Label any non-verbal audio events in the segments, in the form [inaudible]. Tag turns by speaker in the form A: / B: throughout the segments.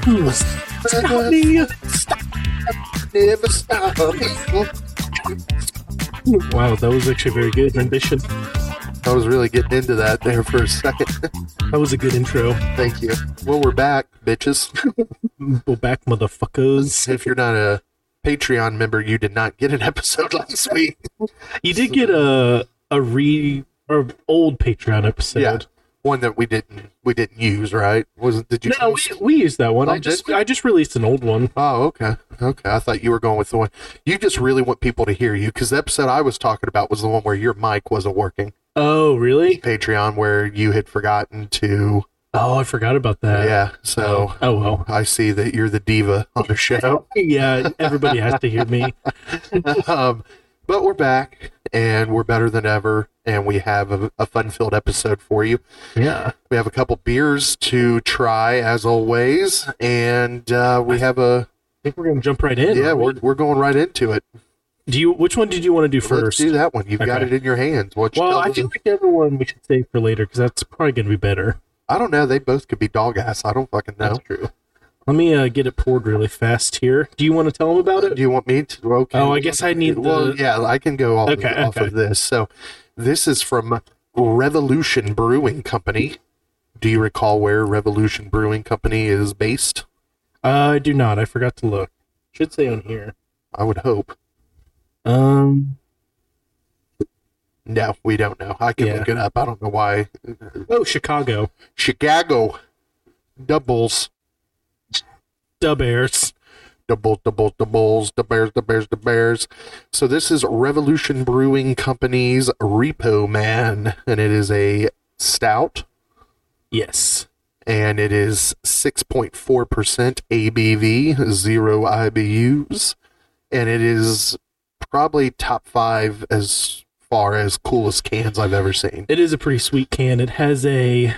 A: Stop me! Stop! Never stop me!
B: Wow, that was actually a very good rendition.
A: I was really getting into that there for a second.
B: That was a good intro.
A: Thank you. Well, we're back, bitches. [laughs]
B: Go back, motherfuckers.
A: if you're not a Patreon member, you did not get an episode [laughs] last week.
B: You did get a a re or old Patreon episode.
A: Yeah, one that we didn't we didn't use, right? Wasn't did you?
B: No, we, we used that one.
A: Oh,
B: I just
A: did we?
B: I just released an old one.
A: Oh, okay, okay. I thought you were going with the one. You just really want people to hear you because the episode I was talking about was the one where your mic wasn't working.
B: Oh, really?
A: Patreon, where you had forgotten to.
B: Oh, I forgot about that.
A: yeah, so
B: Oh well.
A: I see that you're the diva on the show.
B: Yeah, everybody has to hear
A: [laughs]
B: me.
A: um, but we're back and we're better than ever, and we have a, a fun filled episode for you.
B: Yeah.
A: We have a couple beers to try, as always, and uh, we have a
B: I think we're gonna jump right in.
A: yeah.
B: aren't we?
A: We're, we're going right into it.
B: Do you? Which one did you want to do
A: Let's
B: first?
A: do that one. You've got
B: Okay.
A: it in your hands. What you
B: well,
A: tell
B: I
A: them-
B: feel like the other one we should save for later because that's probably gonna be better.
A: I don't know. They both could be dog ass. I don't fucking know.
B: That's true. Let me uh, get it poured really fast here. Do you want to tell them about it?
A: Do you want me to? Okay.
B: Oh, I guess I need
A: Well,
B: the-
A: yeah, I can go off, of-
B: Okay,
A: off
B: okay.
A: of this. So, this is from Revolution Brewing Company. Do you recall where Revolution Brewing Company is based?
B: Uh, I do not. I forgot to look. Should say on here.
A: I would hope.
B: Um.
A: No, we don't know. I can
B: Yeah.
A: look it up. I don't know why.
B: Oh, Chicago.
A: Chicago doubles.
B: The Bears.
A: Double, double, doubles, the bears, the bears, the bears. So this is Revolution Brewing Company's Repo Man, and it is a stout.
B: Yes.
A: and it is 6.4% ABV, zero IBUs, and it is probably top five as far as coolest cans I've ever seen.
B: It is a pretty sweet can. It has a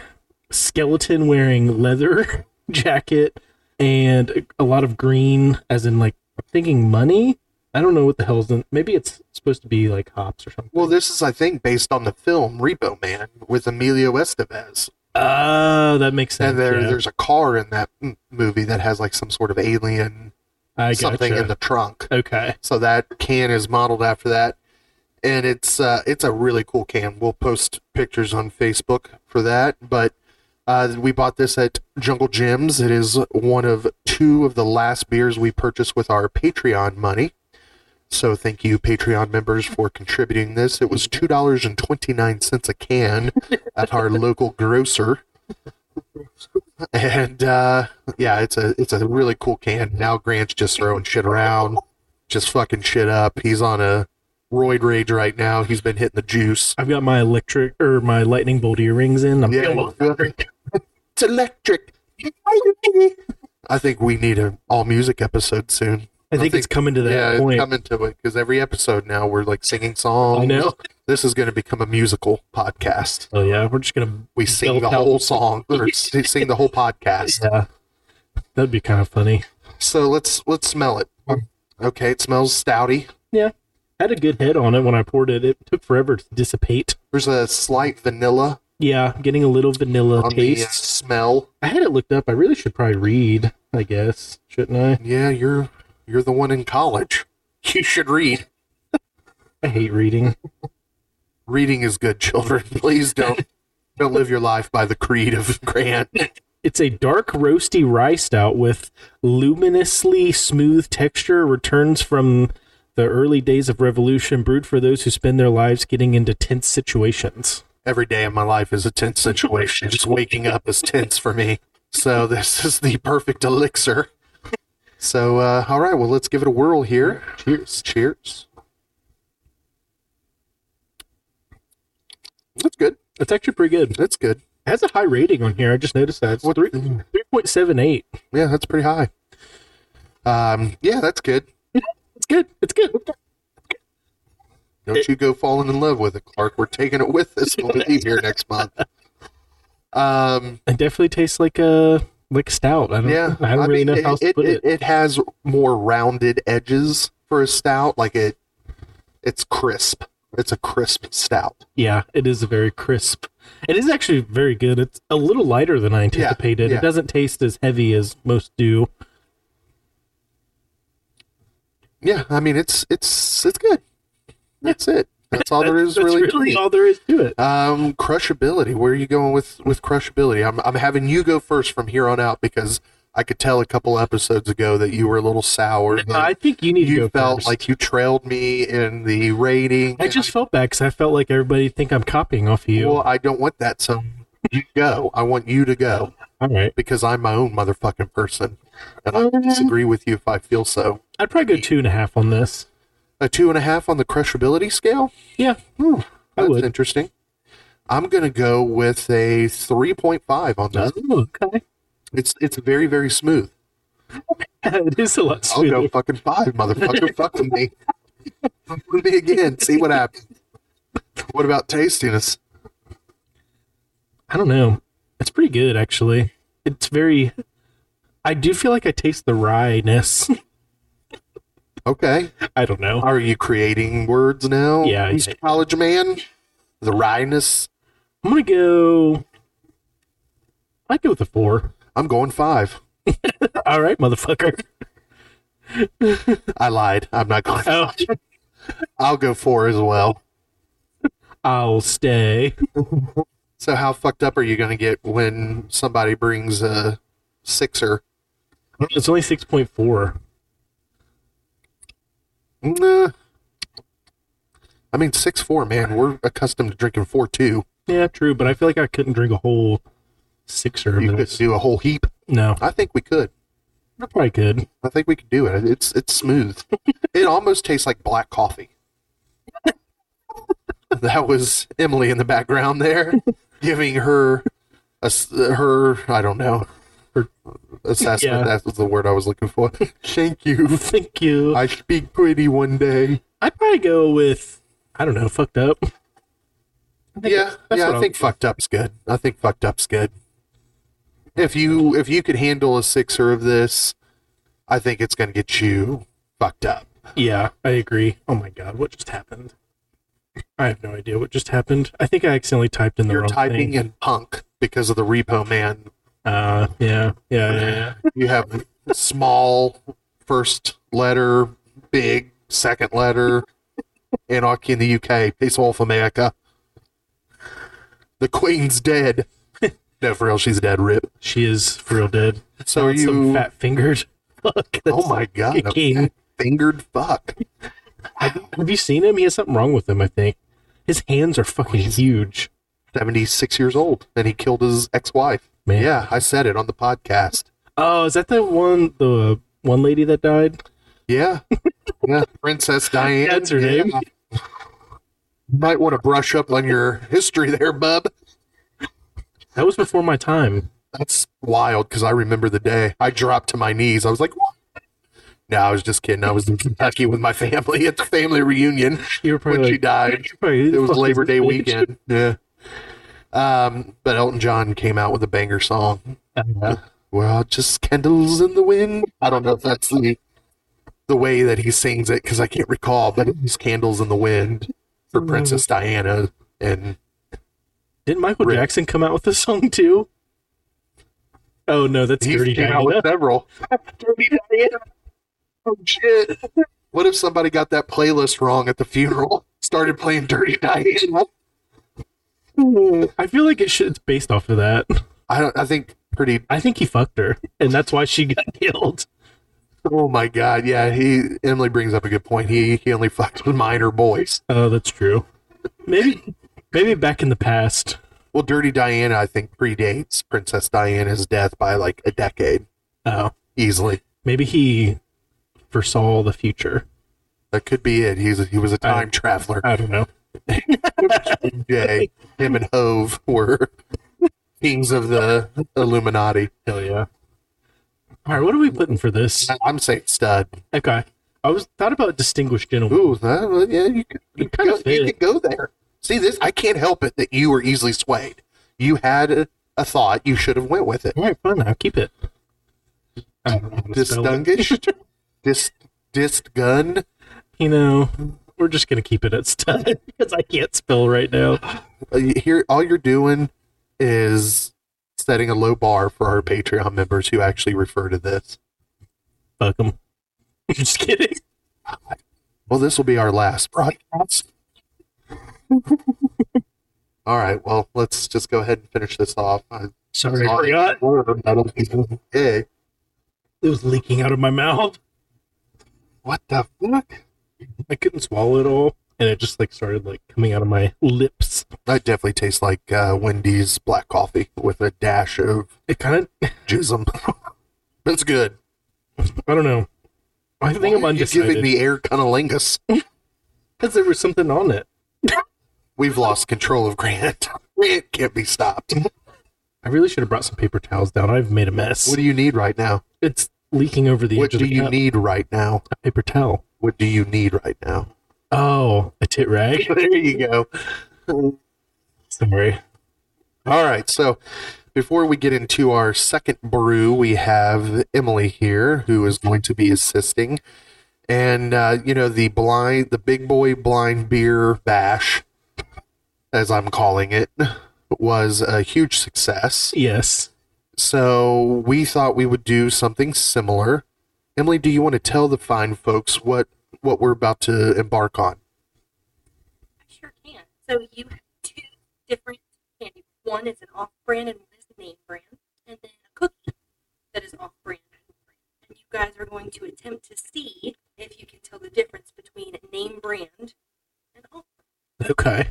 B: skeleton wearing leather [laughs] jacket and a lot of green, as in like I'm thinking money. I don't know what the hell's in. Maybe it's supposed to be like hops or something.
A: Well, this is, I think, based on the film Repo Man with Emilio Estevez,
B: Ah, that makes sense.
A: and there,
B: yeah.
A: there's a car in that mm, movie that has like some sort of alien
B: I
A: something
B: gotcha.
A: in the trunk.
B: okay.
A: So that can is modeled after that, and it's uh, it's a really cool can. We'll post pictures on Facebook for that. But uh, we bought this at Jungle Gems. It is one of two of the last beers we purchased with our Patreon money. So thank you, Patreon members, for contributing this. It was two dollars and twenty nine cents a can at our local grocer. And uh, yeah, it's a it's a really cool can. Now Grant's just throwing shit around just fucking shit up. He's on a roid rage right now. He's been hitting the juice.
B: I've got my electric or my lightning bolt earrings in. I'm feeling-
A: [laughs] it's electric. I think we need an all music episode soon.
B: I think
A: I
B: it's coming to that
A: yeah,
B: point.
A: it's coming to it because every episode now we're like singing songs.
B: I know.
A: This is going to become a musical podcast.
B: Oh yeah, we're just gonna.
A: We sing
B: Belt
A: the
B: out.
A: whole song
B: [laughs]
A: or s- sing the whole podcast.
B: Yeah, that'd be kind of funny.
A: So let's let's smell it. Okay, it smells stouty.
B: Had a good head on it when I poured it. It took forever to dissipate.
A: There's a slight vanilla
B: Yeah, getting a little vanilla
A: on the uh,
B: taste.
A: smell.
B: I had it looked up. I really should probably read. I guess shouldn't I?
A: Yeah, you're you're the one in college. [laughs] You should read.
B: I hate reading.
A: Reading is good, children. [laughs] Please don't don't live your life by the creed of [laughs] Grant.
B: It's a dark roasty rye stout with luminously smooth texture. Returns from the early days of revolution, brewed for those who spend their lives getting into tense situations.
A: Every day of my life is a tense situation. Just waking up is tense for me. So this is the perfect elixir. So uh, all right, well let's give it a whirl here. Cheers. Cheers. That's good.
B: It's actually pretty good.
A: That's good.
B: It has a high rating on here. I just noticed that. It's
A: What-
B: three three point seven eight.
A: Yeah, that's pretty high. Um, yeah, that's good.
B: It's good. It's good.
A: Don't you go falling in love with it, Clark. We're taking it with us when we leave here next month. Um,
B: It definitely tastes like a like stout. I don't.
A: Yeah,
B: I don't
A: I
B: really
A: mean,
B: know how else
A: it,
B: to put it.
A: it. It has more rounded edges for a stout. Like it, it's crisp. It's a crisp stout.
B: Yeah, it is very crisp. It is actually very good. It's a little lighter than I anticipated.
A: yeah.
B: It doesn't taste as heavy as most do.
A: Yeah, I mean it's it's it's good. That's it. That's all there is
B: That's
A: really. to
B: really
A: it.
B: all there is to it.
A: Um, crushability. Where are you going with with crushability? I'm I'm having you go first from here on out because I could tell a couple episodes ago that you were a little sour. that
B: I think you need to
A: Uh-huh.
B: go
A: you felt
B: first.
A: like you trailed me in the rating.
B: I
A: and
B: just felt bad because I felt like everybody think I'm copying off of you.
A: well, I don't want that. So you go. I want you to go
B: all right,
A: because I'm my own motherfucking person, and
B: Uh-huh.
A: I disagree with you if I feel so.
B: I'd probably go two and a half on this.
A: A two and a half on the crushability scale.
B: Yeah,
A: Hmm,
B: I
A: that's
B: would.
A: interesting. I'm gonna go with a 3.5 on this.
B: Oh, okay.
A: It's it's very very smooth.
B: [laughs] it is a lot
A: I'll
B: sweeter.
A: go fucking
B: [laughs]
A: five, motherfucker. Fuck with me. Fuck with me again. See what happens. What about tastiness?
B: I don't know. It's pretty good actually. It's very. I do feel like I taste the rye-ness. [laughs]
A: Okay.
B: I don't know.
A: Are you creating words now?
B: Yeah, I-
A: Mr. College Man? The wryness?
B: I'm gonna go. I go with a four.
A: I'm going five.
B: All right, motherfucker.
A: I lied. I'm not going. [laughs]
B: Oh,
A: I'll go four as well.
B: I'll stay.
A: So how fucked up are you going to get when somebody brings a sixer?
B: It's only six point four.
A: Nah. I mean, six four, man. We're accustomed to drinking four two.
B: Yeah, true. But I feel like I couldn't drink a whole sixer of
A: You could
B: this.
A: do a whole heap.
B: No,
A: I think we could.
B: I probably could. [laughs]
A: I think we can do it. It's it's smooth. it almost tastes like black coffee. [laughs] that was Emily in the background there, giving her a s her I don't know her assessment.
B: Yeah.
A: That was the word I was looking for. [laughs] Thank you.
B: Thank you.
A: I speak pretty one day.
B: I'd probably go with. I don't know. Fucked up. I think
A: Yeah,
B: that's
A: yeah.
B: what
A: I
B: I'll-
A: think fucked up's good. I think fucked up's good. If you if you could handle a sixer of this, I think it's gonna get you fucked up.
B: Yeah, I agree. Oh my god, what just happened? I have no idea what just happened. I think I accidentally typed in the
A: You're
B: wrong
A: typing
B: thing.
A: in punk because of the Repo Man.
B: Uh, yeah, yeah, yeah, yeah.
A: You have small first letter, big second letter. Anarchy in the UK. Peace Wolf America. The Queen's dead. [laughs] No, for real, she's dead. Rip.
B: She is for real dead.
A: So are
B: Some
A: you?
B: fat fingered. [laughs] Fuck.
A: oh my god! a
B: kicking.
A: Fingered fuck.
B: Have you seen him? He has something wrong with him. I think his hands are fucking huge.
A: Seventy-six years old, and he killed his ex-wife.
B: Man.
A: Yeah, I said it on the podcast.
B: Oh, is that the one? The one lady that died?
A: Yeah. [laughs] Yeah. Princess Diane.
B: That's her name.
A: Yeah. Might want to brush up on your history there, bub.
B: That was before my time.
A: That's wild because I remember the day I dropped to my knees. I was like, what? No, I was just kidding. I was in Kentucky with my family at the family reunion
B: You were probably.
A: when she
B: like,
A: died.
B: "You're probably- who the
A: It was
B: fuck is
A: Labor
B: this
A: Day
B: bitch?" [laughs]
A: weekend. Yeah. Um, but Elton John came out with a banger song.
B: Uh,
A: We're all just candles in the wind. I don't know if that's the the way that he sings it because I can't recall, but it's candles in the wind for Princess Diana and
B: Didn't Michael
A: Rip.
B: Jackson come out with this [laughs] song too? Oh no, that's
A: he
B: Dirty
A: came
B: Diana.
A: out with several.
B: Dirty Diana.
A: Oh shit! What if somebody got that playlist wrong at the funeral? [laughs] Started playing Dirty Diana.
B: I feel like it should. It's based off of that.
A: I don't. I think pretty.
B: I think he fucked her, and that's why she got [laughs] killed.
A: Oh my god! Yeah, he Emily brings up a good point. He he only fucks with minor boys.
B: Oh, that's true. Maybe, maybe back in the past.
A: Well, Dirty Diana, I think predates Princess Diana's death by like a decade
B: Oh,
A: easily.
B: maybe he foresaw the future.
A: That could be it. He's he was a time traveler.
B: I don't know.
A: Jay, him and Hove were [laughs] kings of the Illuminati.
B: Hell yeah! All right, what are we putting for this?
A: I'm saying stud.
B: Okay, I was thought about distinguished gentleman.
A: Ooh, that, well, yeah, you could, you, could
B: kinda
A: go, you
B: fit.
A: could go there. See this? I can't help it that you were easily swayed. You had a, a thought, you should have went
B: [laughs]
A: with it.
B: All right, fine. I'll keep it. I don't know how to spell it. [laughs]
A: Distungished? Dist, dist gun?
B: You know, we're just gonna keep it at stud [laughs] because I can't spell right now.
A: Uh, you- Here, all you're doing is setting a low bar for our Patreon members who actually refer to this.
B: Fuck them. [laughs] Just kidding.
A: Well, this will be our last broadcast. [laughs] All right. Well, let's just go ahead and finish this off. I
B: Sorry, I
A: Sorry.
B: forgot.
A: Hey,
B: It was leaking out of my mouth.
A: what the fuck?
B: I couldn't swallow it all, and it just like started like coming out of my lips.
A: I definitely taste like uh, Wendy's black coffee with a dash of
B: It kind of.
A: jism. [laughs] That's good.
B: I don't know. I think I'm
A: You're giving
B: undecided
A: me air cunnilingus.
B: because there was something on it.
A: We've lost control of Grant. [laughs] Grant can't be stopped.
B: I really should have brought some paper towels down. I've made a mess.
A: What do you need right now?
B: it's leaking over the
A: What
B: edge
A: do
B: of the
A: you
B: cup.
A: need right now?
B: A paper towel.
A: What do you need right now? [laughs]
B: Oh, a tit rag.
A: There you go.
B: Sorry.
A: All right. So before we get into our second brew, we have Emily here who is going to be assisting. And, uh, you know, the blind, the big boy blind beer bash, as I'm calling it, was a huge success.
B: Yes.
A: So we thought we would do something similar. Emily, do you want to tell the fine folks what, what we're about to embark on?
C: I sure can. So you have two different candy. One is an off-brand and one is a name brand, and then a cookie that is off-brand. And you guys are going to attempt to see if you can tell the difference between name brand and off.
B: Okay.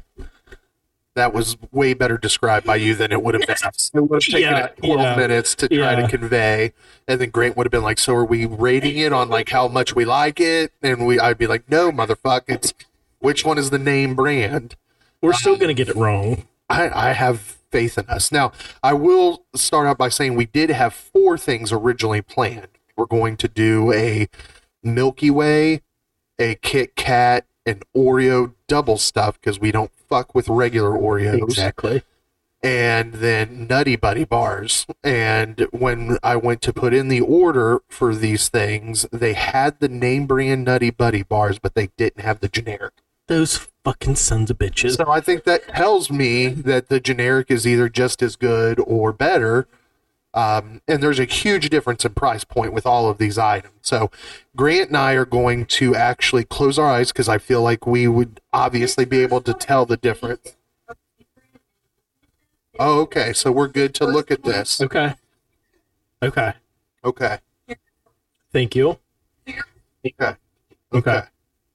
A: that was way better described by you than it would have been. It would have taken
B: Yeah,
A: us 12
B: yeah,
A: minutes to try
B: yeah.
A: to convey. And then Grant would have been like, So are we rating it on like how much we like it? And we I'd be like, No, motherfucker, it's which one is the name brand?
B: We're still gonna get it wrong.
A: I, I have faith in us. Now, I will start out by saying we did have four things originally planned. We're going to do a Milky Way, a Kit Kat, an Oreo double stuff because we don't fuck with regular Oreos
B: Exactly.
A: and then Nutty Buddy bars. And when I went to put in the order for these things, they had the name brand Nutty Buddy bars, but they didn't have the generic.
B: Those fucking sons of bitches.
A: So I think that tells me that the generic is either just as good or better. Um, and there's a huge difference in price point with all of these items. So Grant and I are going to actually close our eyes because I feel like we would obviously be able to tell the difference. Oh, okay. So we're good to look at this.
B: Okay. Okay.
A: Okay.
B: Thank you.
A: Okay.
B: Okay.
A: Okay.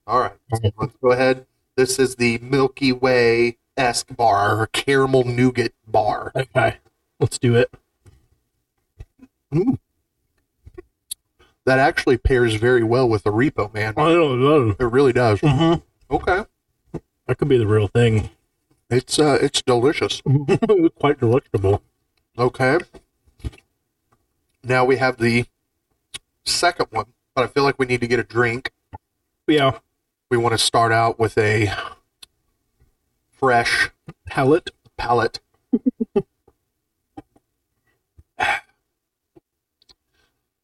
A: All right. So let's go ahead. This is the Milky Way esque bar, or caramel nougat bar.
B: Okay. Let's do it.
A: That actually pairs very well with the Repo Man.
B: I don't know.
A: It really does.
B: Mm-hmm.
A: Okay.
B: That could be the real thing. [laughs]
A: It's uh, it's delicious.
B: Quite delectable.
A: Okay. Now we have the second one, but I feel like we need to get a drink.
B: Yeah.
A: We want to start out with a fresh
B: Palette.
A: palate.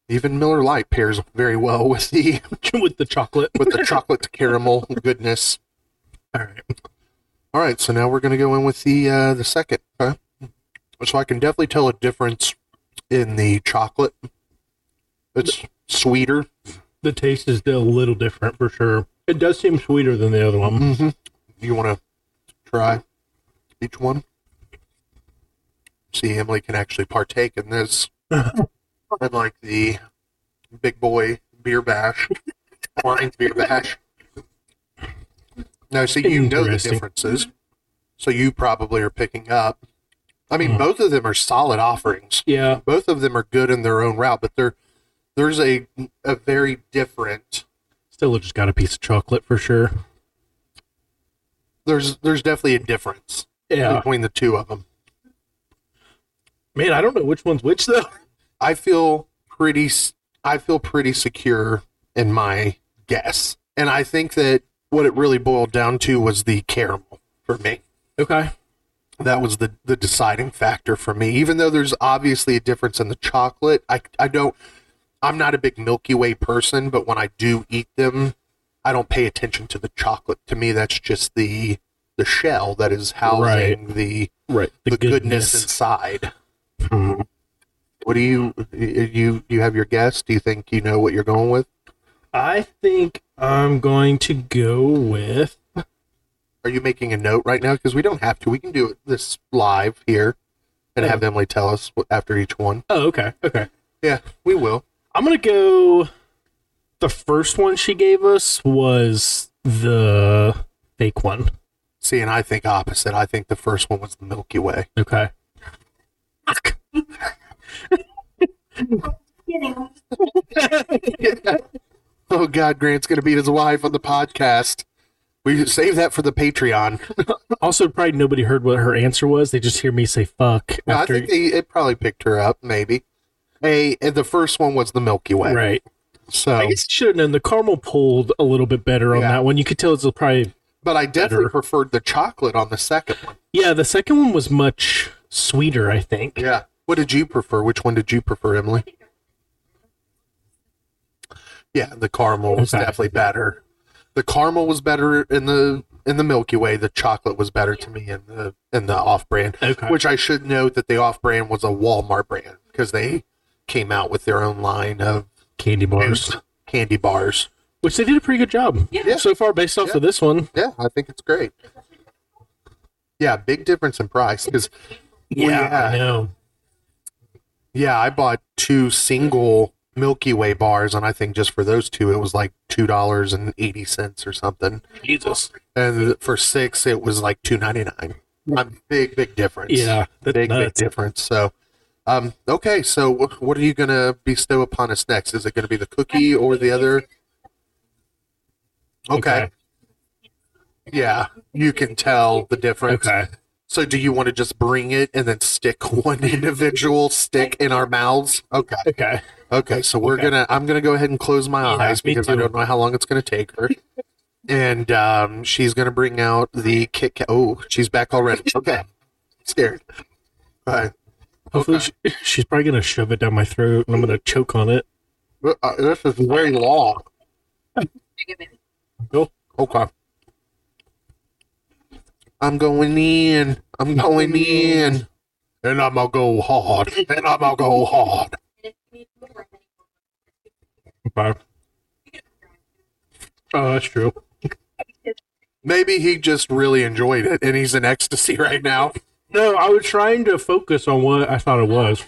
A: Even Miller Lite pairs very well with the
B: [laughs] with the chocolate.
A: with the chocolate caramel goodness.
B: All right.
A: All right, so now we're going to go in with the uh, the second. Okay? So I can definitely tell a difference in the chocolate. It's sweeter.
B: The taste is a little different for sure. It does seem sweeter than the other one.
A: Mm-hmm. You want to try each one? See, Emily can actually partake
B: [laughs]
A: in this. Unlike the big boy beer bash, blind beer bash. Now, see, you know the
B: Interesting.
A: differences. So you probably are picking up. I mean,
B: Mm.
A: both of them are solid offerings.
B: Yeah.
A: Both of them are good in their own route, but they're, there's a, a very different
B: Stella just got a piece of chocolate for sure.
A: there's there's definitely a difference
B: Yeah.
A: between the two of them.
B: Man, I don't know which one's which though.
A: I feel pretty s- I feel pretty secure in my guess, and I think that what it really boiled down to was the caramel for me.
B: Okay.
A: that was the the deciding factor for me. Even though there's obviously a difference in the chocolate, I I don't I'm not a big Milky Way person, but when I do eat them, I don't pay attention to the chocolate. To me, that's just the the shell that is housing the
B: Right.
A: the, goodness. inside.
B: Mhm.
A: What do you you you have your guess? Do you think you know what you're going with?
B: I think I'm going to go with.
A: Are you making a note right now? Because we don't have to. We can do it this live here, and have Emily tell us wh- after each one.
B: Oh, okay. Okay.
A: Yeah, we will.
B: I'm going to go. The first one she gave us was the fake one.
A: See, and I think opposite. I think the first one was the Milky Way.
B: Okay. Fuck.
C: Kidding.
A: Oh God, Grant's gonna beat his wife on the podcast. We save that for the Patreon.
B: Also, probably nobody heard what her answer was. They just hear me say fuck
A: No, I
B: after.
A: think they, it probably picked her up. Maybe. Hey, and the first one was the Milky Way.
B: right.
A: So
B: I guess you should have known the caramel pulled a little bit better on
A: Yeah.
B: that one. You could tell it's probably
A: But I definitely
B: Better.
A: preferred the chocolate on the second one.
B: yeah. The second one was much sweeter, I think.
A: Yeah. What did you prefer? Which one did you prefer, Emily? Yeah, the caramel was
B: Okay.
A: definitely better. The caramel was better in the in the Milky Way. The chocolate was better to me in the in the off brand.
B: Okay.
A: Which I should note that the off brand was a Walmart brand because they came out with their own line of
B: Candy bars,
A: candy bars.
B: which they did a pretty good job
A: Yeah.
B: so far, based off
A: Yeah.
B: of this one.
A: Yeah, I think it's great. Yeah, big difference in price because yeah.
B: I know.
A: Yeah, I bought two single Milky Way bars, and I think just for those two, it was like two dollars and eighty cents or something.
B: Jesus.
A: And for six, it was like two ninety nine. A big, big difference.
B: Yeah, that-
A: big, big
B: that's-
A: difference. So, um, okay. So, wh- what are you gonna bestow upon us next? Is it gonna be the cookie or the other? Okay. Yeah, you can tell the difference.
B: Okay.
A: So, do you want to just bring it and then stick [laughs] one individual stick in our mouths? Okay.
B: Okay.
A: Okay, so we're
B: Okay.
A: gonna. I'm gonna go ahead and close my
B: Yeah,
A: eyes
B: me
A: because I
B: too.
A: don't know how long it's gonna take
B: [laughs]
A: her. and um, she's gonna bring out the Kit Kat. Oh, she's back already. Okay, scared. All right.
B: Hopefully,
A: Okay.
B: she, [laughs] she's probably gonna shove it down my throat, and I'm gonna choke on it.
A: Well, uh, This is very long. Okay. I'm going in. I'm going in. And I'm gonna go hard. And I'm gonna go hard.
B: Okay. Oh, that's true.
A: Maybe he just really enjoyed it and he's in ecstasy [laughs] right now.
B: No, I was trying to focus on what I thought it was.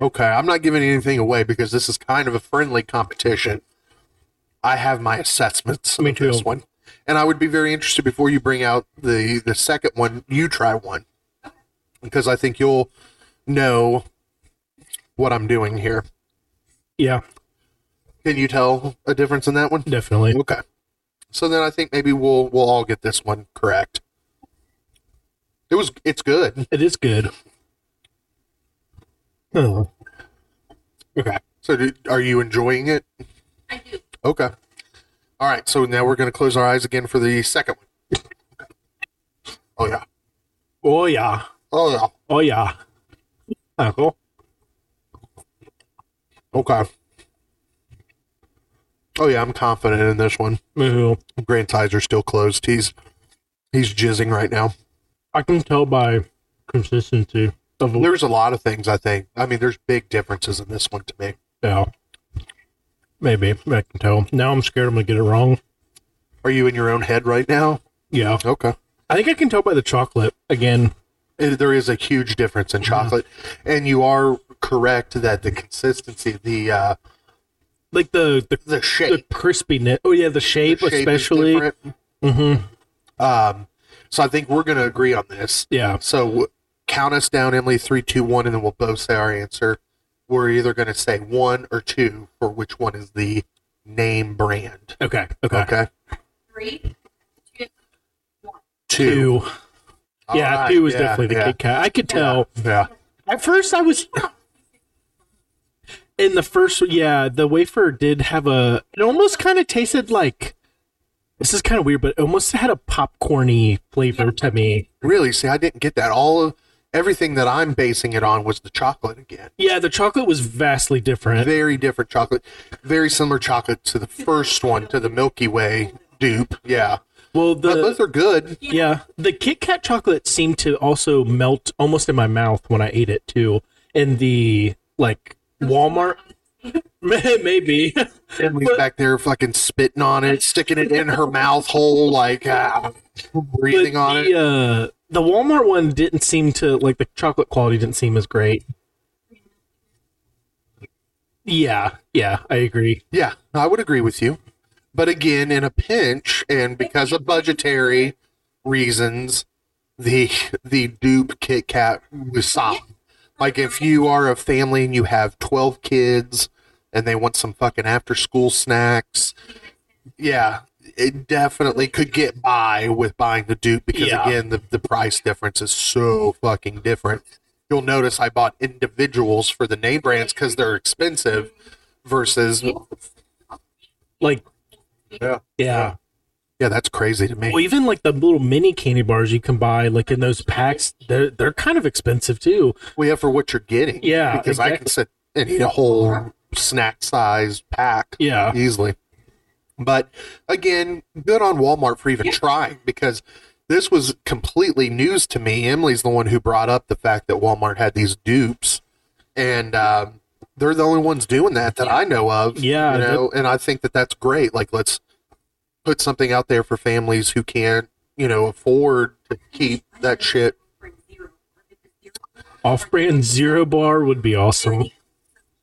A: Okay, I'm not giving anything away because this is kind of a friendly competition. I have my assessments
B: Me
A: of this
B: too.
A: one, and I would be very interested before you bring out the the second one. You try one because I think you'll know what I'm doing here.
B: Yeah,
A: Can you tell a difference in that one?
B: definitely.
A: Okay, so then I think maybe we'll we'll all get this one correct. It was it's good.
B: It is good. Oh.
A: Okay, so do, are you enjoying it?
C: I do.
A: Okay. All right. So now we're going to close our eyes again for the second one. Oh yeah.
B: Oh yeah.
A: Oh yeah.
B: Oh yeah. Uncle.
A: Okay. Oh yeah. I'm confident in this one.
B: Woohoo.
A: Grant's eyes are still closed. He's he's jizzing right now.
B: I can tell by consistency of a
A: There's a lot of things I think. I mean, there's big differences in this one to me.
B: yeah. Maybe I can tell. Now I'm scared I'm gonna get it wrong.
A: Are you in your own head right now?
B: Yeah.
A: Okay.
B: I think I can tell by the chocolate again.
A: It, there is a huge difference
B: Mm-hmm.
A: in chocolate, and you are correct that the consistency, the uh,
B: Like the the,
A: the
B: the
A: shape,
B: crispiness. Oh yeah, the shape,
A: the shape is
B: especially.
A: different.
B: Mm-hmm.
A: Um, so I think we're going to agree on this.
B: Yeah.
A: So w- count us down, Emily, three, two, one, and then we'll both say our answer. We're either going to say one or two for which one is the name brand.
B: Okay. Okay.
A: Okay.
C: Three, two,
B: Two.
A: All
B: Yeah,
A: right,
B: two was
A: yeah,
B: definitely the
A: yeah,
B: Kit Kat. I could tell.
A: Yeah.
B: At first, I was. In the first, yeah, the wafer did have a. It almost kind of tasted like This is kind of weird, but it almost had a popcorny flavor to me.
A: Really? See, I didn't get that. All of everything that I'm basing it on was the chocolate again.
B: Yeah, the chocolate was vastly different.
A: Very different chocolate. Very similar chocolate to the first one, to the Milky Way dupe. Yeah.
B: Well,
A: But
B: the
A: both are good.
B: yeah, the Kit Kat chocolate seemed to also melt almost in my mouth when I ate it too. And the like Walmart, [laughs] maybe.
A: Emily's
B: But-
A: back there fucking spitting on it, sticking it in her mouth hole, like ah, breathing
B: But
A: on
B: the,
A: it.
B: Uh, the Walmart one didn't seem to like the chocolate quality didn't seem as great. Yeah, yeah, I agree.
A: Yeah, I would agree with you. But again, in a pinch, and because of budgetary reasons, the the dupe Kit Kat was solid. Like if you are a family and you have twelve kids, and they want some fucking after school snacks, yeah, it definitely could get by with buying the dupe because
B: Yeah.
A: again, the the price difference is so fucking different. You'll notice I bought individuals for the name brands because they're expensive versus
B: Like
A: Yeah.
B: yeah.
A: Yeah, that's crazy to me.
B: Well, even like the little mini candy bars you can buy, like in those packs, they're they're kind of expensive too.
A: Well, yeah, for what you're getting.
B: Yeah,
A: Because I can
B: exactly.
A: sit and eat a whole snack size pack
B: Yeah,
A: easily. But again, good on Walmart for even trying because this was completely news to me. Emily's the one who brought up the fact that Walmart had these dupes, and um, they're the only ones doing that that I know of.
B: Yeah,
A: you know, and I think that that's great. Like, let's put something out there for families who can't, you know, afford to keep that shit
C: Bring zero. If it's zero,
B: off-brand zero bar would be awesome.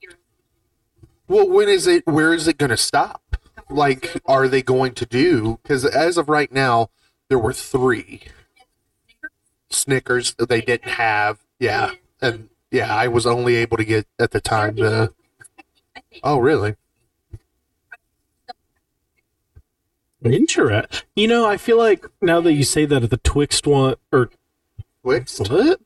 C: zero.
A: Well, when is it? Where is it going to stop? Like, are they going to do? Because as of right now, there were three Snickers that they didn't have. Yeah, and yeah, I was only able to get at the time the.
C: I think.
A: Oh, really?
B: Interest. You know, I feel like now that you say that, the Twixt one or
A: Twixt?
B: what?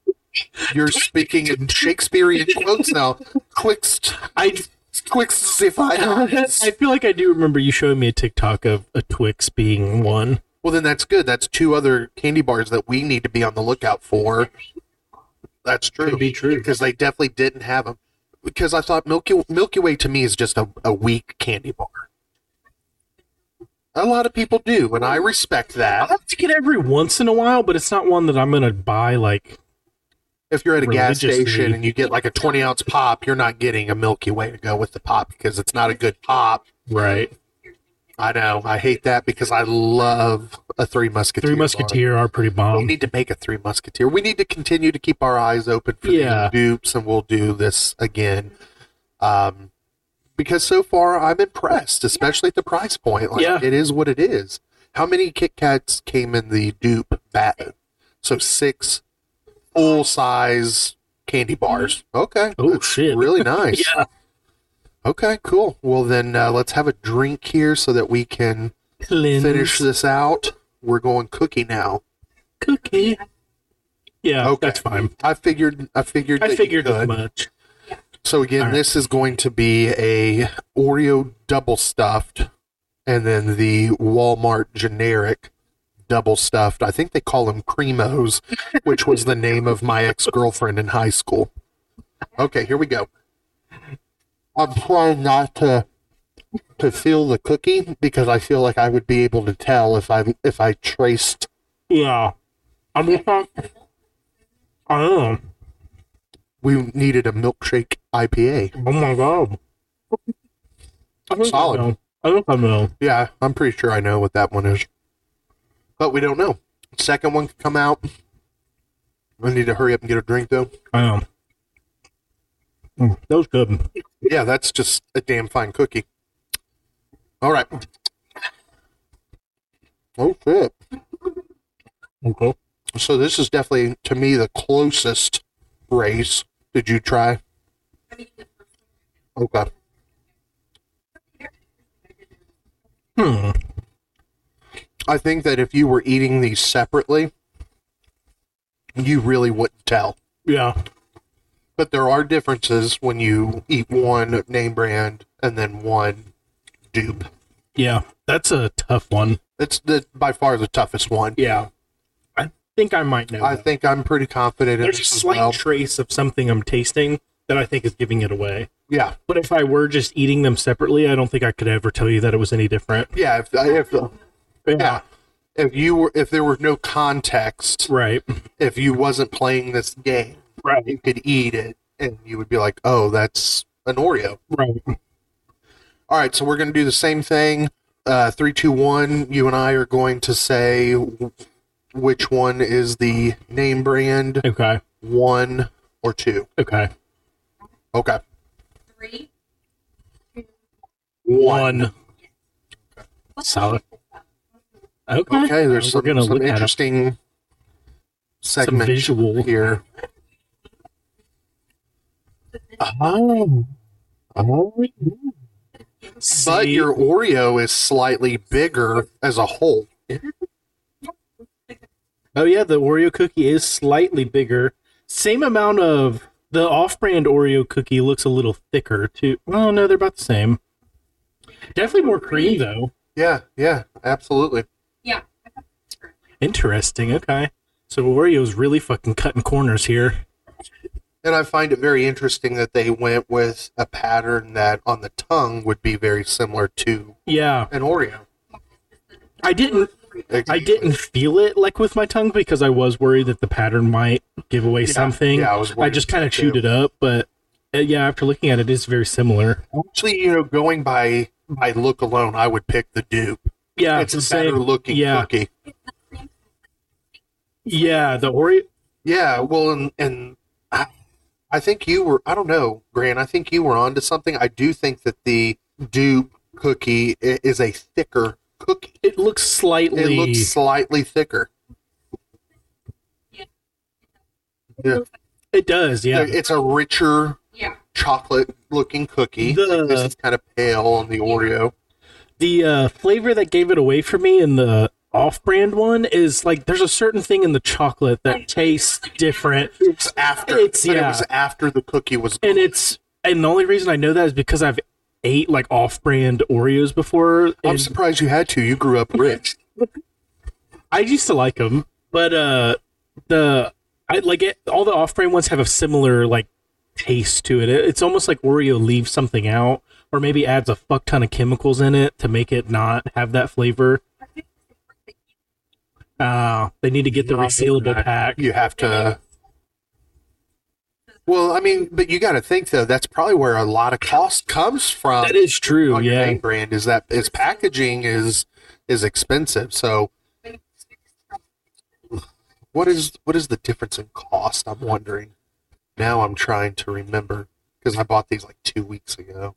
A: You're speaking in Shakespearean quotes now. Twixt,
B: I
A: Twixt, if
B: [laughs]
A: I.
B: I feel like I do remember you showing me a TikTok of a Twix being one.
A: Well, then that's good. That's two other candy bars that we need to be on the lookout for. That's true.
D: Could be true.
A: because they definitely didn't have them. Because I thought Milky Milky Way to me is just a, a weak candy bar. A lot of people do, and I respect
B: I
A: that.
B: like to get every once in a while, but it's not one that I'm gonna buy. Like,
A: If you're at a gas
B: Religiously.
A: station and you get like a 20 ounce pop, you're not getting a Milky Way to go with the pop because it's not a good pop.
B: [laughs] right?
A: I know. I hate that because I love a Three Musketeer.
B: Three
A: bar.
B: Musketeer are pretty
A: we
B: bomb.
A: need to make a Three Musketeer. We need to continue to keep our eyes open for
B: Yeah.
A: the dupes, and we'll do this again. Um, because so far I'm impressed, especially at the price point. Like,
B: Yeah.
A: it is what it is. How many Kit Kats came in the dupe bat? So six full size candy bars. Okay.
B: Mm-hmm. Oh,
A: That's
B: shit. [laughs]
A: Really nice.
B: Yeah.
A: Okay, cool. Well, then uh, let's have a drink here so that we can
B: Cleanse
A: finish this out. We're going cookie now.
B: cookie. Yeah,
A: Okay.
B: Oh, that's fine.
A: I figured. I figured. that
B: I
A: you
B: figured as
A: could.
B: much.
A: So again,
B: All right.
A: this is going to be a Oreo double stuffed, and then the Walmart generic double stuffed. I think they call them Cremos, which was the name of my ex girlfriend in high school. Okay, here we go. I'm trying not to to feel the cookie because I feel like I would be able to tell if I if I traced.
B: Yeah. I'm just not. I am.
A: We needed a milkshake IPA.
B: Oh my god. I think
A: Solid.
B: I know. I think I know.
A: Yeah, I'm pretty sure I know what that one is. But we don't know. Second one could come out. I need to hurry up and get a drink though.
B: I know. Um, Mm, that was good.
A: Yeah, that's just a damn fine cookie. All right. Oh shit.
B: Okay.
A: So this is definitely to me the closest race. Did you try?
C: I mean, the first
A: Okay.
B: Hmm.
A: I think that if you were eating these separately, you really wouldn't tell.
B: Yeah.
A: but there are differences when you eat one name brand and then one dupe.
B: Yeah. That's a tough one.
A: It's the by far the toughest one.
B: Yeah. I think I might know.
A: I
B: though.
A: think I'm pretty confident in
B: there's a
A: this as
B: slight
A: well.
B: trace of something I'm tasting that I think is giving it away.
A: yeah,
B: But if I were just eating them separately, I don't think I could ever tell you that it was any different.
A: yeah. If if yeah, if you were if there were no context,
B: Right.
A: if you wasn't playing this game,
B: Right.
A: you could eat it and you would be like, oh, that's an Oreo.
B: Right.
A: All right, so we're going to do the same thing. Uh, three, two, one. You and I are going to say w- which one is the name brand,
B: Okay.
A: one or two.
B: Okay.
A: Okay.
C: Three.
B: One. Solid. Okay.
A: Okay. There's
B: We're
A: some,
B: gonna
A: some
B: look at 'em.
A: interesting
B: Some
A: segment
B: visual.
A: here.
B: Oh. Oh.
A: But your Oreo is slightly bigger as a whole.
B: Oh yeah, the Oreo cookie is slightly bigger. Same amount of the off-brand Oreo cookie looks a little thicker too. Well, no, they're about the same. Definitely more cream though.
A: Yeah. Yeah. Absolutely.
C: Yeah.
B: Interesting. Okay. So Oreo's really fucking cutting corners here.
A: And I find it very interesting that they went with a pattern that on the tongue would be very similar to
B: Yeah.
A: an Oreo.
B: I didn't I
A: Exactly.
B: didn't feel it like with my tongue because I was worried that the pattern might give away
A: Yeah,
B: something.
A: yeah, I was
B: I
A: worried
B: just kind of
A: too.
B: chewed it up, but uh, yeah, after looking at it, it's very similar.
A: Actually, you know, going by by look alone, I would pick the dupe.
B: Yeah,
A: it's a
B: the same.
A: better looking
B: Yeah,
A: cookie.
B: yeah. The Oreo.
A: Yeah, well, and and I, I think you were. I don't know, Grant. I think you were onto something. I do think that the dupe cookie i- is a thicker cookie.
B: It looks slightly.
A: It looks slightly thicker.
B: It does, yeah.
A: It's a richer
C: Yeah.
A: chocolate looking cookie.
B: The-
A: this is kind of pale on the Oreo.
B: the uh, flavor that gave it away for me in the off-brand one is like there's a certain thing in the chocolate that tastes different,
A: It's after.
B: It's-
A: but
B: yeah.
A: It was after the cookie was.
B: and it's and the only reason I know that is because I've ate like off-brand Oreos before.
A: I'm
B: and
A: surprised you had to. You grew up rich.
B: I used to like them, but uh, the I like it. All the off-brand ones have a similar like taste to it. it. It's almost like Oreo leaves something out, or maybe adds a fuck ton of chemicals in it to make it not have that flavor. Uh, they need to get the
A: Not
B: resealable
A: that.
B: pack.
A: you have to well i mean but you got to think though that's probably where a lot of cost comes from
B: That is true.
A: on your
B: Yeah.
A: name brand is that is packaging is is expensive so what is what is the difference in cost i'm wondering now i'm trying to remember because i bought these like two weeks ago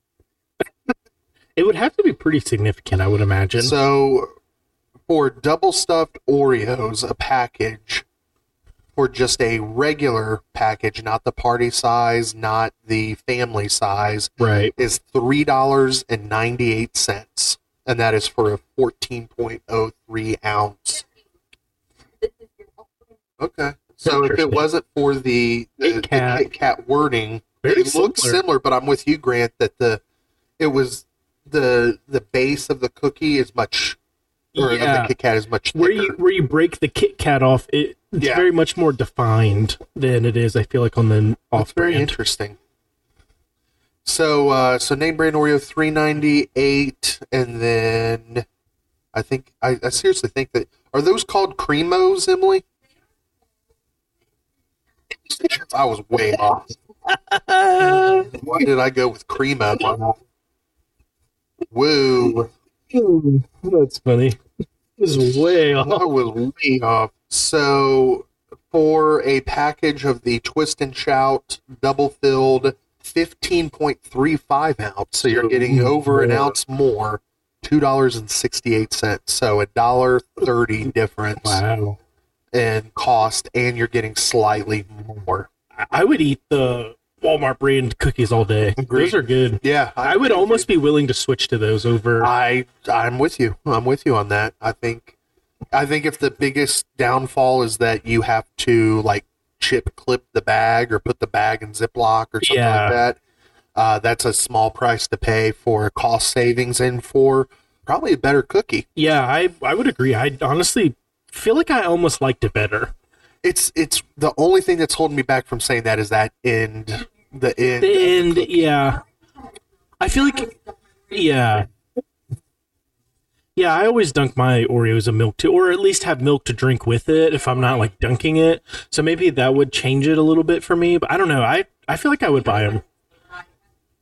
B: It would have to be pretty significant, I would imagine.
A: so for double stuffed oreos a package for just a regular package not the party size not the family size
B: right.
A: is three dollars and ninety eight cents, and that is for a fourteen point oh three ounce. Okay, so if it
B: Interesting.
A: wasn't for the the, the
B: Kit Kat.
A: Kit Kat wording,
B: Very
A: it looks
B: similar.
A: similar, but I'm with you, Grant, that the it was the the base of the cookie is much or of
B: Yeah.
A: the Kit Kat is much thicker.
B: Where you where you break the Kit Kat off, it, it's
A: Yeah.
B: very much more defined than it is. I feel like on the
A: That's
B: off
A: very
B: brand.
A: interesting. So, uh, so name brand Oreo three ninety eight, and then I think I, I seriously think that are those called Cremos, Emily? I was way off. Why did I go with Cremo? Woo!
B: That's funny. This is way
A: I
B: off.
A: was way off. So, for a package of the Twist and Shout double filled, fifteen point three five ounce, so you're getting over an
B: More.
A: ounce more, two dollars and sixty eight cents. So a dollar
B: [laughs]
A: thirty difference
B: Wow.
A: in cost, and you're getting slightly more.
B: I- I would eat the Walmart brand cookies all day.
A: Agreed.
B: Those are good.
A: Yeah,
B: I would almost be willing to switch to those over.
A: I I'm with you. I'm with you on that. I think I think if the biggest downfall is that you have to like chip clip the bag or put the bag in Ziploc or something
B: Yeah.
A: like that. Uh, that's a small price to pay for cost savings and for probably a better cookie.
B: Yeah, I I would agree. I honestly feel like I almost liked it better.
A: It's it's the only thing that's holding me back from saying that is that end the end.
B: The
A: of the
B: end,
A: cookie.
B: yeah. I feel like yeah. Yeah, I always dunk my Oreos in milk too, or at least have milk to drink with it if I'm not like dunking it. So maybe that would change it a little bit for me, but I don't know. I, I feel like I would buy them.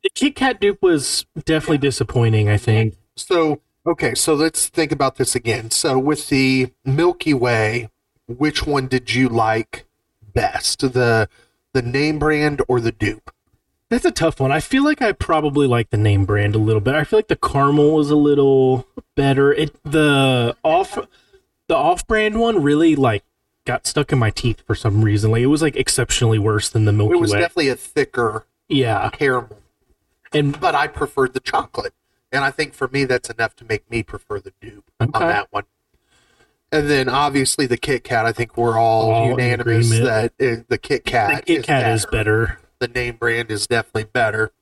B: The Kit Kat dupe was definitely disappointing, I think.
A: So okay, so let's think about this again. So with the Milky Way, which one did you like best? The the name brand or the dupe?
B: That's a tough one. I feel like I probably like the name brand a little bit. I feel like the caramel was a little better. It the off the off brand one really like got stuck in my teeth for some reason. Like it was like exceptionally worse than the Milky
A: It was
B: Way.
A: definitely a thicker
B: yeah,
A: caramel,
B: and
A: but I preferred the chocolate. And I think for me that's enough to make me prefer the dupe
B: Okay.
A: on that one. And then obviously the Kit Kat, I think we're all,
B: All in
A: unanimous
B: agreement.
A: that uh, the Kit
B: the
A: Kat
B: Kit Kat is better.
A: the name brand is definitely better,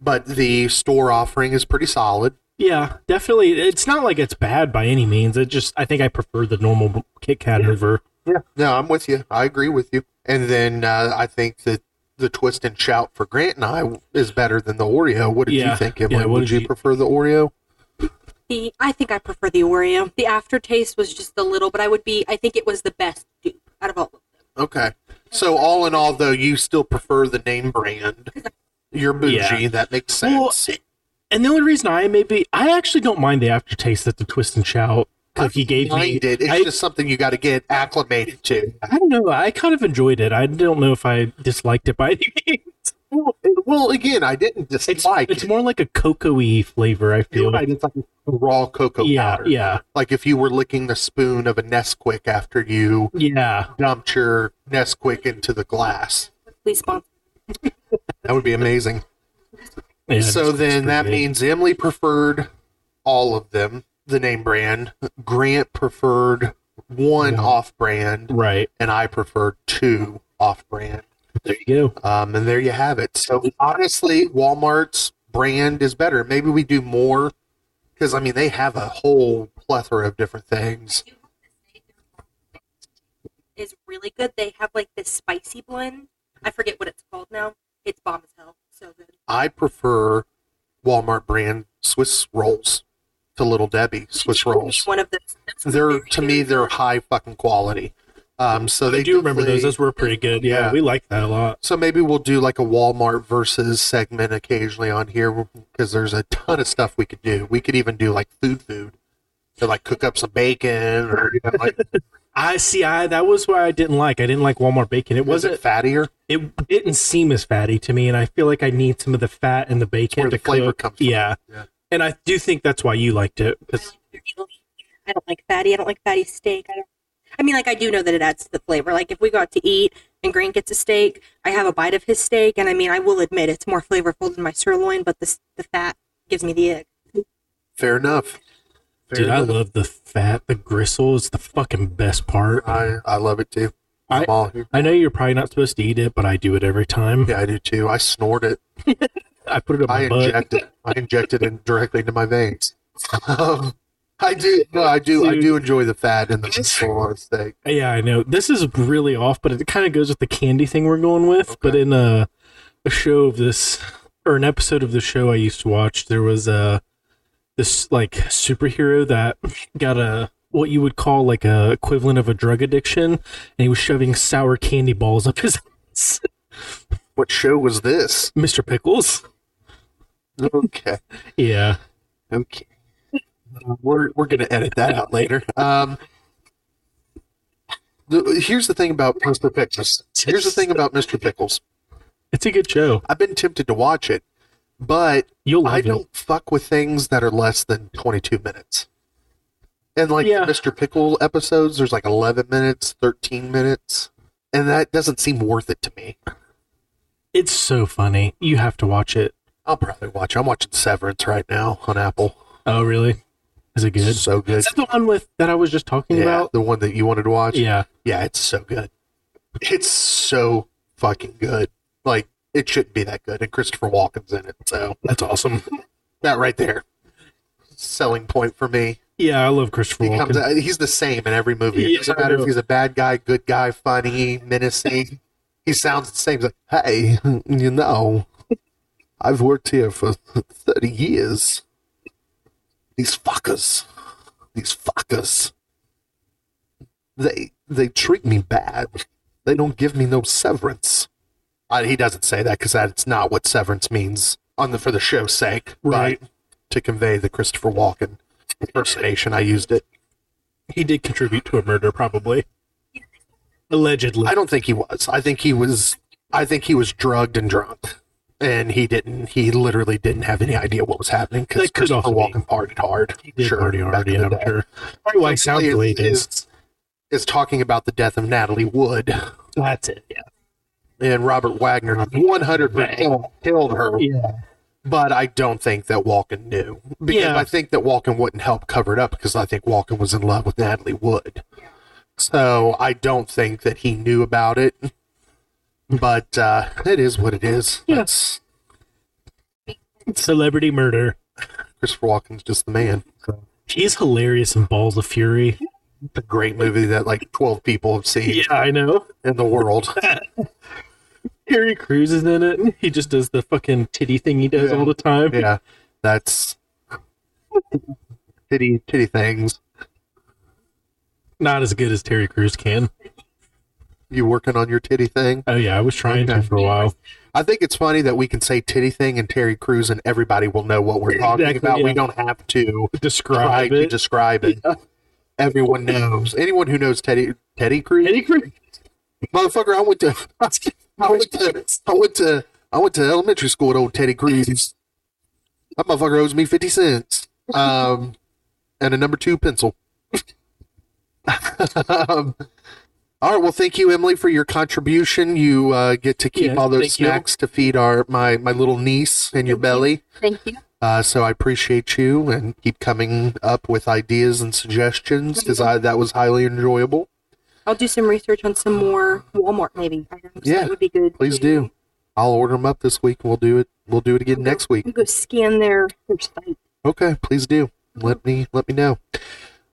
A: but the store offering is pretty solid.
B: Yeah, definitely. It's not like it's bad by any means. It just I think I prefer the normal Kit Kat over.
A: Yeah. No, I'm with you. I agree with you. And then uh, I think that the twist and shout for Grant and I is better than the Oreo. What did
B: Yeah.
A: you think,
B: Yeah,
A: Emily?
B: what
A: Would
B: did
A: you,
B: you-
A: prefer the Oreo?
C: The I think I prefer the Oreo. The aftertaste was just a little, but I would be. I think it was the best dupe out of all of them.
A: Okay. So all in all, though, you still prefer the name brand. You're bougie. That makes
B: Well,
A: sense.
B: and the only reason I maybe I actually don't mind the aftertaste that the twist and shout cookie gave me.
A: Minded. It's
B: I-
A: just something you got to get acclimated to.
B: I don't know. I kind of enjoyed it. I don't know if I disliked it by any [laughs] means.
A: Well, well, again, I didn't dislike.
B: It's, it's more like a cocoa-y flavor, I
A: You're
B: feel.
A: right, It's like raw cocoa
B: yeah,
A: powder.
B: yeah,
A: like if you were licking the spoon of a Nesquik after you
B: yeah.
A: dumped your Nesquik into the glass.
C: Please sponsor.
A: That would be amazing.
B: Yeah,
A: so
B: that's- that's
A: then that
B: pretty
A: means Emily preferred all of them, the name brand. Grant preferred one
B: Yeah.
A: off
B: good.
A: brand,
B: right.
A: and I preferred two off brand.
B: There you go.
A: Um, and there you have it. So honestly, Walmart's brand is better. Maybe we do more because I mean they have a whole plethora of different things.
C: Is really good. They have like this spicy blend. I forget what it's called now. It's bomb as hell. So good.
A: I prefer Walmart brand Swiss rolls to Little Debbie Swiss rolls.
C: One of those. That's
A: They're
C: very,
A: to
C: very
A: me they're
C: good.
A: high fucking quality. Um, so they
B: I do remember those.
A: definitely-
B: Those were pretty good. Yeah,
A: Yeah.
B: we liked that a lot.
A: so maybe we'll do like a Walmart versus segment occasionally on here because there's a ton of stuff we could do. We could even do like food food. To like cook up some bacon or you know,
B: [laughs]
A: like
B: I see. I that was why I didn't like. I didn't like Walmart bacon. It
A: was
B: wasn't.
A: it fattier?
B: It didn't seem as fatty to me, and I feel like I need some of the fat and the bacon
A: where
B: to
A: the flavor
B: cook.
A: comes from.
B: Yeah.
A: Yeah.
B: and I do think that's why you liked it
C: I
B: 'cause-
C: like very lean. I don't like fatty. I don't like fatty steak. I don't. I mean, like I do know that it adds to the flavor. Like if we go out to eat and Grant gets a steak, I have a bite of his steak, and I mean, I will admit it's more flavorful than my sirloin, but the s- the fat gives me the ick.
A: Fair enough. Fair
B: dude, I
A: enough.
B: love the fat. The gristle is the fucking best part.
A: I, I love it too. I'm
B: I-
A: all here.
B: I know you're probably not supposed to eat it, but I do it every time.
A: Yeah, I do too. I snort it.
B: I put it in
A: I
B: my butt.
A: inject it. I inject it in directly into my veins. [laughs] Um, I do. No, I do. I do enjoy the fat in the sirloin steak.
B: yeah, I know. This is really off, but it kind of goes with the candy thing we're going with. But
A: Okay.
B: in a, a show of this, or an episode of the show I used to watch, there was a this like superhero that got a what you would call like a equivalent of a drug addiction, and he was shoving sour candy balls up his ass. [laughs]
A: What show was this?
B: Mr. Pickles.
A: Okay.
B: Yeah.
A: Okay. Uh, We're we're gonna edit that out later. Um, the, here's the thing about Mr. Pickles. Here's the thing about Mr. Pickles.
B: It's a good show.
A: I've been tempted to watch it, but
B: You'll
A: I
B: love it.
A: don't fuck with things that are less than 22 minutes. And like
B: Yeah.
A: Mr. Pickle episodes, there's like 11 minutes, 13 minutes, and that doesn't seem worth it to me.
B: It's so funny. You have to watch it.
A: I'll probably watch. I'm watching Severance right now on Apple.
B: Oh, really? Is it good?
A: It's so good.
B: Is that the one with that I was just talking
A: Yeah,
B: about?
A: the one that you wanted to watch.
B: Yeah.
A: Yeah, it's so good. It's so fucking good. Like it shouldn't be that good, and Christopher Walken's in it, so
B: That's awesome.
A: that right there. selling point for me.
B: Yeah, I love Christopher
A: He comes
B: Walken.
A: out, he's the same in every movie. It
B: Yeah,
A: doesn't
B: I
A: matter if
B: know.
A: he's a bad guy, good guy, funny, menacing. he sounds the same. He's like, hey, [laughs] you know, I've worked here for [laughs] 30 years. These fuckers, these fuckers, they they treat me bad. They don't give me no severance. Uh, he doesn't say that because that's not what severance means on the for the show's sake, but
B: Right.
A: to convey the Christopher Walken impersonation, I used it.
B: He did contribute to a murder, probably. Allegedly.
A: I don't think he was. I think he was. I think he was drugged and drunk, and he didn't. He literally didn't have any idea what was happening because
B: That could
A: Christopher
B: also be.
A: Walken partied hard.
B: He did party
A: back
B: already,
A: in the
B: I'm
A: day.
B: sure. Probably why he sounds the way he does.
A: is, is talking about the death of Natalie Wood,
B: That's it, yeah.
A: and Robert Wagner one hundred percent killed her.
B: Yeah.
A: But I don't think that Walken knew because
B: Yeah.
A: I think that Walken wouldn't help cover it up because I think Walken was in love with Natalie Wood. So I don't think that he knew about it. But uh, it is what it is.
B: Yeah.
A: That's
B: Celebrity murder.
A: Christopher Walken's just the man.
B: He's hilarious in Balls of Fury.
A: It's a great movie that like twelve people have seen
B: I know.
A: in
B: [laughs]
A: the world.
B: Harry Crews is in it. and He just does the fucking titty thing he does
A: Yeah.
B: all the time.
A: yeah, that's titty titty things.
B: Not as good as Terry Crews can.
A: You working on your titty thing?
B: Oh yeah, I was trying to
A: Okay.
B: for a while.
A: I think it's funny that we can say titty thing and Terry Crews and everybody will know what we're talking
B: Exactly,
A: about. We
B: yeah.
A: don't have to try
B: Describe
A: to
B: it.
A: describe it. Everyone knows. Anyone who knows Teddy Teddy Crews,
B: Terry Crews.
A: motherfucker, I went to [laughs] I went to I went to I went to elementary school at old Teddy Crews. That motherfucker owes me fifty cents. Um, and a number two pencil. [laughs] um, all right. Well, thank you, Emily, for your contribution. You uh, get to keep
B: Yes,
A: all those
B: thank you.
A: snacks to feed our my my little niece in your
C: Thank you.
A: belly.
C: Thank you.
A: Uh, so I appreciate you and keep coming up with ideas and suggestions because I that was highly enjoyable.
C: I'll do some research on some more Walmart maybe items.
A: Yeah,
C: that would be good.
A: Please
C: to-
A: do. I'll order them up this week. We'll do it. We'll do it again next week.
C: You go scan their their site.
A: Okay, please do. Let me let me know.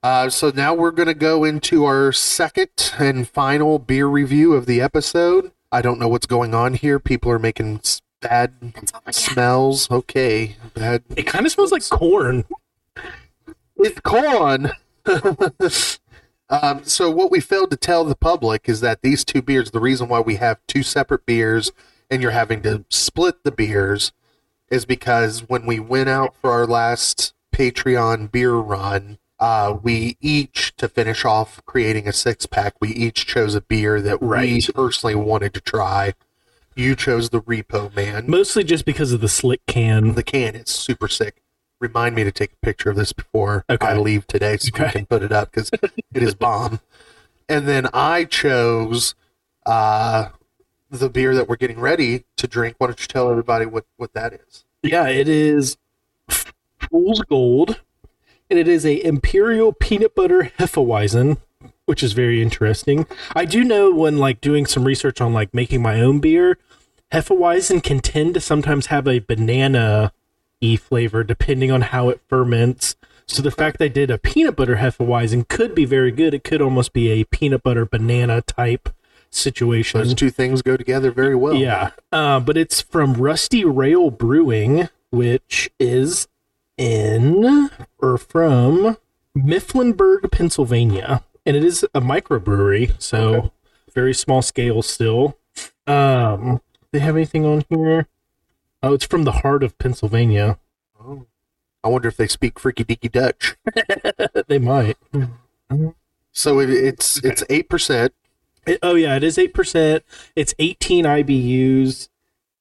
A: Uh, so now we're gonna go into our second and final beer review of the episode. I don't know what's going on here. People are making s- bad
C: That's all I got.
A: smells. Okay, bad.
B: It kind of smells like corn.
A: It's corn. [laughs] um, so what we failed to tell the public is that these two beers, the reason why we have two separate beers and you're having to split the beers, is because when we went out for our last Patreon beer run, uh, we each to finish off creating a six pack. We each chose a beer that
B: Right.
A: we personally wanted to try. You chose the Repo Man.
B: Mostly just because of the slick can.
A: The can is super sick. Remind me to take a picture of this before
B: Okay.
A: I leave today so we
B: Okay.
A: can put it up because it is bomb. And then I chose uh, the beer that we're getting ready to drink. Why don't you tell everybody what, what that is?
B: Yeah, it is fool's gold, and it is a imperial peanut butter hefeweizen, which is very interesting. I do know when like doing some research on like making my own beer, hefeweizen can tend to sometimes have a banana e flavor depending on how it ferments. So the fact they did a peanut butter hefeweizen could be very good. It could almost be a peanut butter banana type situation.
A: Those two things go together very well.
B: Yeah, uh, but it's from Rusty Rail Brewing, which is in or from Mifflinburg, Pennsylvania, and it is a microbrewery, so
A: Okay.
B: very small scale still. Um, they have anything on here? Oh, it's from the heart of Pennsylvania. [laughs]
A: Oh. I wonder if they speak freaky deaky Dutch.
B: they might.
A: So it, it's it's eight percent.
B: It- oh yeah, it is eight percent. It's eighteen IBUs.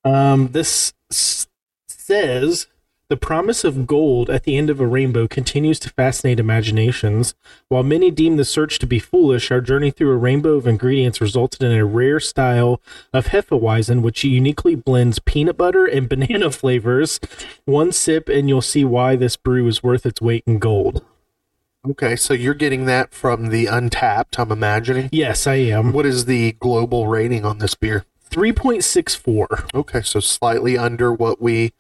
B: Um, this s- says the promise of gold at the end of a rainbow continues to fascinate imaginations. While many deem the search to be foolish, our journey through a rainbow of ingredients resulted in a rare style of hefeweizen, which uniquely blends peanut butter and [laughs] banana flavors. One sip, and you'll see why this brew is worth its weight in gold.
A: Okay, so you're getting that from the Untapped. I'm imagining.
B: Yes, I am.
A: What is the global rating on this beer?
B: Three point six four.
A: Okay, so slightly under what we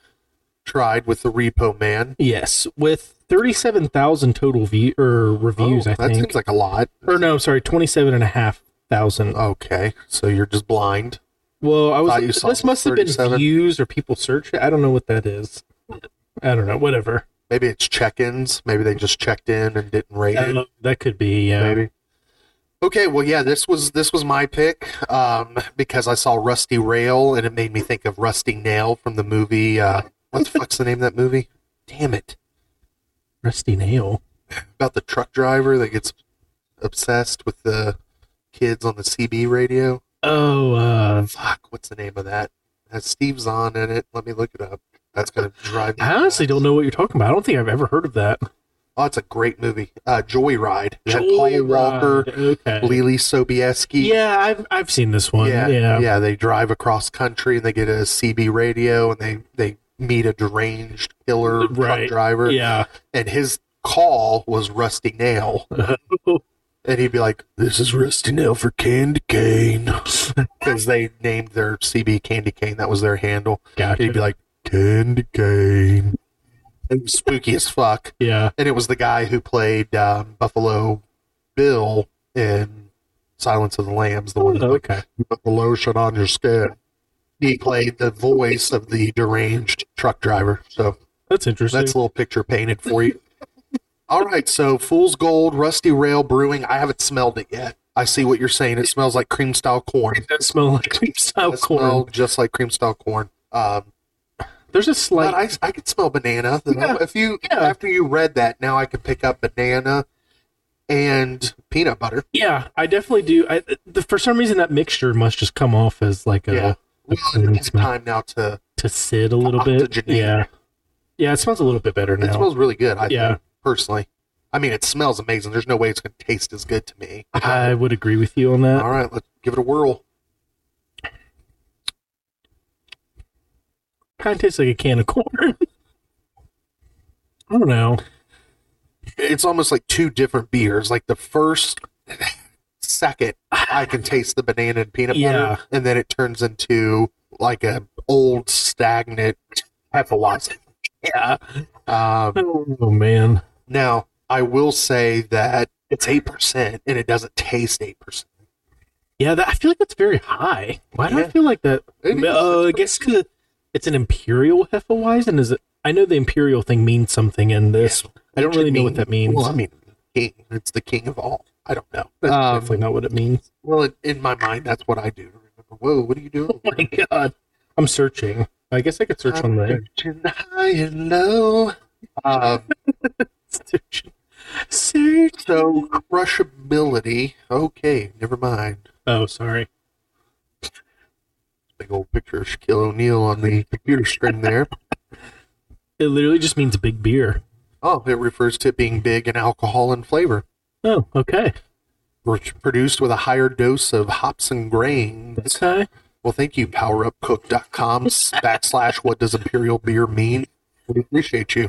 A: tried with the Repo Man.
B: Yes, with 37,000 total view or reviews,
A: Oh,
B: I
A: that
B: think.
A: seems like a lot.
B: or no, sorry, 27,500.
A: Okay, so you're just blind.
B: Well, I
A: Thought you
B: was
A: saw
B: This must have been
A: 37.
B: views or people search it. I don't know what that is. I don't know, whatever.
A: Maybe it's check-ins. Maybe they just checked in and didn't rate it.
B: Uh, that could be yeah.
A: maybe. Okay, well, yeah, this was this was my pick um, because I saw Rusty Rail and it made me think of Rusty Nail from the movie. Uh, what the fuck's the name of that movie? Damn it!
B: Rusty Nail.
A: About the truck driver that gets obsessed with the kids on the CB radio.
B: Oh, uh,
A: Fuck, what's the name of that? Has Steve Zahn in it? Let me look it up. That's gonna drive me.
B: I honestly don't know what you're talking about. I don't think I've ever heard of that.
A: Oh, it's a great movie. Uh, Joyride. It had Paul Walker,
B: Oh, uh, Okay.
A: Lily Sobieski.
B: Yeah, I've I've seen this one. Yeah,
A: yeah,
B: yeah.
A: They drive across country and they get a CB radio and they they meet a deranged killer
B: Right,
A: truck driver.
B: yeah.
A: and his call was Rusty
B: [laughs]
A: Nail, and he'd be like, "This is Rusty Nail for Candy
B: [laughs]
A: Cane," because they named their CB Candy Cane. That was their handle. And he'd be
B: Gotcha.
A: like, "Candy Cane." It was spooky as fuck,
B: Yeah.
A: and it was the guy who played um, Buffalo Bill in Silence of the Lambs, the one that like,
B: Okay.
A: put the lotion on your skin. He played the voice of the deranged truck driver. So
B: That's interesting.
A: that's a little picture painted for you. All right. So Fool's Gold, Rusty Rail Brewing. I haven't smelled it yet. I see what you're saying. It smells like cream style corn.
B: that smell like [laughs] cream style
A: It
B: Oh, corn.
A: smelled just like cream style corn. Um,
B: There's a
A: but
B: slight.
A: I, I could smell banana.
B: Yeah,
A: If you
B: yeah.
A: after you read that, now I can pick up banana and peanut butter.
B: yeah, I definitely do. I the, for some reason that mixture must just come off as like a
A: Yeah.
B: a
A: Well, it
B: cinnamon
A: is
B: smell.
A: time now to.
B: to sit a little bit.
A: Octogenate.
B: Yeah. Yeah, it smells a little bit better now.
A: It smells really good. I
B: Yeah.
A: think, personally, I mean, it smells amazing. There's no way it's going to taste as good to me.
B: I uh, would agree with you on that.
A: All right, let's give it a whirl.
B: Kind of tastes like a can of corn. [laughs] I don't know.
A: It's almost like two different beers. Like the first second, I can taste the banana and peanut
B: Yeah.
A: butter, and then it turns into like a old stagnant hefeweizen.
B: Yeah.
A: Um,
B: Oh man.
A: now, I will say that it's eight percent, and it doesn't taste eight percent.
B: Yeah, that, I feel like that's very high. Why do I
A: Yeah.
B: feel like that? Uh, I guess 'cause it's an imperial hefeweizen. Is it? I know the imperial thing means something in this. I don't really know what that means.
A: Well, I mean, king. It's the king of all. I don't know.
B: That's
A: Um,
B: definitely not what it
A: [laughs]
B: means.
A: Well, in- in my mind, that's what I do. Remember, whoa, what are
B: [laughs]
A: you doing?
B: Oh my god. I'm searching. I guess I could search on
A: I'm
B: there.
A: searching high and low.
B: Uh,
A: Um,
B: Searching. Search.
A: so crushability. Okay, never mind.
B: Oh, sorry.
A: Big old picture of Shaquille O'Neal on the computer screen there.
B: It literally just means big beer.
A: Oh, it refers to it being big in alcohol and flavor.
B: Oh, okay.
A: Which Produced with a higher dose of hops and grains.
B: Okay.
A: Well, thank you, powerupcook.com backslash what does imperial beer mean. We appreciate you.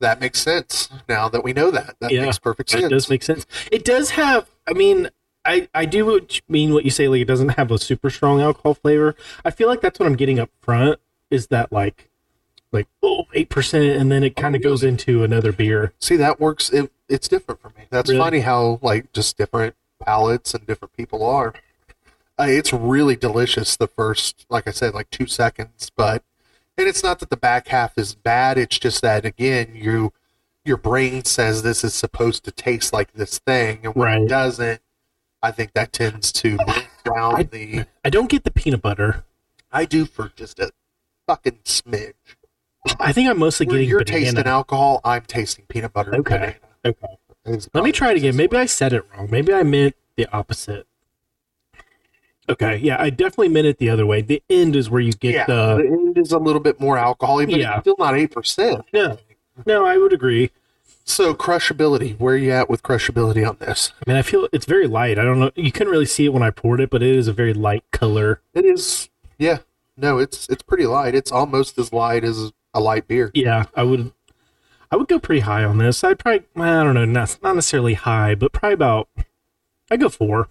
A: That makes sense now that we know that. That
B: Yeah,
A: makes perfect sense.
B: That does make sense. It does have. I mean, I I do what you mean what you say. Like it doesn't have a super strong alcohol flavor. I feel like that's what I'm getting up front. Is that like, like oh eight percent, and then it kind of goes into another beer.
A: See, that works. It, it's different for me. That's
B: Really?
A: funny how like just different palates and different people are. Uh, it's really delicious the first, like I said, like two seconds. But and it's not that the back half is bad. It's just that again, you your brain says this is supposed to taste like this thing, and when
B: Right.
A: it doesn't, I think that tends to break down the.
B: I don't get the peanut butter.
A: I do for just a fucking smidge.
B: I think I'm mostly
A: Where
B: getting
A: you're
B: banana.
A: tasting alcohol, I'm tasting peanut butter. and
B: Okay.
A: banana.
B: Okay.
A: It's
B: Let me try it again.
A: probably-
B: Maybe I said it wrong. Maybe I meant the opposite. Okay. Yeah, I definitely meant it the other way. The end is where you get
A: yeah,
B: the.
A: the end is a little bit more alcohol, but
B: Yeah.
A: it's still not eight percent.
B: No. No, I would agree.
A: So crushability, where are you at with crushability on this?
B: I mean, I feel it's very light. I don't know. You couldn't really see it when I poured it, but it is a very light color.
A: It is, yeah, no, it's it's pretty light. It's almost as light as a light beer.
B: Yeah, I would, I would go pretty high on this. I'd probably, I don't know, not not necessarily high, but probably about. I go four.